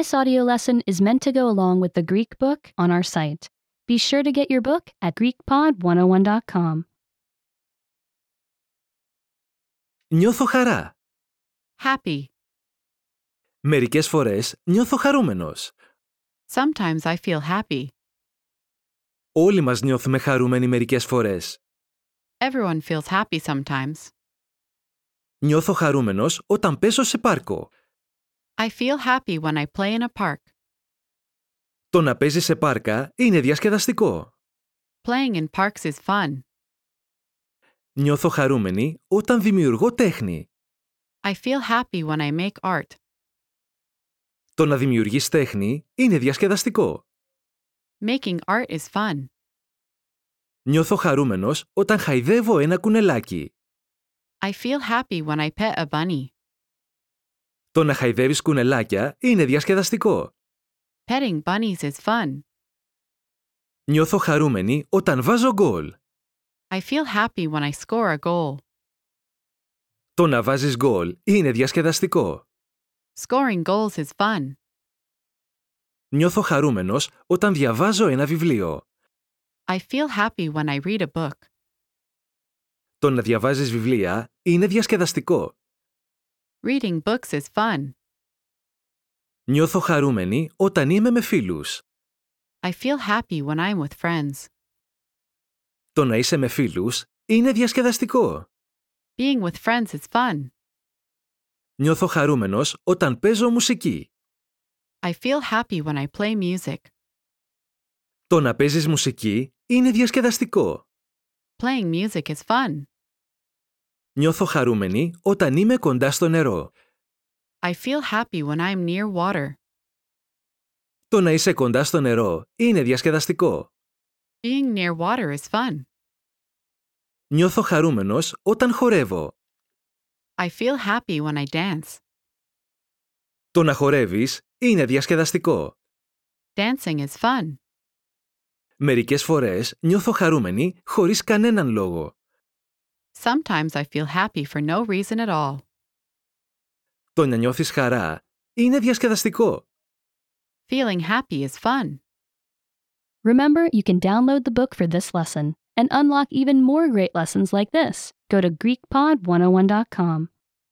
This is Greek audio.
This audio lesson is meant to go along with the Greek book on our site. Be sure to get your book at GreekPod101.com. Νιώθω χαρά. Happy. Μερικές φορές νιώθω χαρούμενος. Sometimes I feel happy. Όλοι μας νιώθουμε χαρούμενοι μερικές φορές. Everyone feels happy sometimes. Νιώθω χαρούμενος όταν παίζω σε πάρκο. I feel happy when I play in a park. Το να παίζεις σε πάρκα είναι διασκεδαστικό. Playing in parks is fun. Νιώθω χαρούμενη όταν δημιουργώ τέχνη. I feel happy when I make art. Το να δημιουργείς τέχνη είναι διασκεδαστικό. Making art is fun. Νιώθω χαρούμενος όταν χαϊδεύω ένα κουνελάκι. I feel happy when I pet a bunny. Το να χαϊδεύεις κουνελάκια είναι διασκεδαστικό. Petting bunnies is fun. Νιώθω χαρούμενη όταν βάζω γκολ. I feel happy when I score a goal. Το να βάζεις γκολ είναι διασκεδαστικό. Scoring goals is fun. Νιώθω χαρούμενος όταν διαβάζω ένα βιβλίο. I feel happy when I read a book. Το να διαβάζεις βιβλία είναι διασκεδαστικό. Reading books is fun. Νιώθω χαρούμενη όταν είμαι με φίλους. I feel happy when I'm with friends. Το να είσαι με φίλους είναι διασκεδαστικό. Being with friends is fun. Νιώθω χαρούμενος όταν παίζω μουσική. I feel happy when I play music. Το να παίζεις μουσική είναι διασκεδαστικό. Playing music is fun. Νιώθω χαρούμενη όταν είμαι κοντά στο νερό. I feel happy when I'm near water. Το να είσαι κοντά στο νερό είναι διασκεδαστικό. Being near water is fun. Νιώθω χαρούμενος όταν χορεύω. I feel happy when I dance. Το να χορεύεις είναι διασκεδαστικό. Dancing is fun. Μερικές φορές νιώθω χαρούμενη χωρίς κανέναν λόγο. Sometimes I feel happy for no reason at all. Το να νιώθεις χαρά είναι διασκεδαστικό. Feeling happy is fun. Remember, you can download the book for this oh lesson and unlock even more great lessons like this. Go to GreekPod101.com.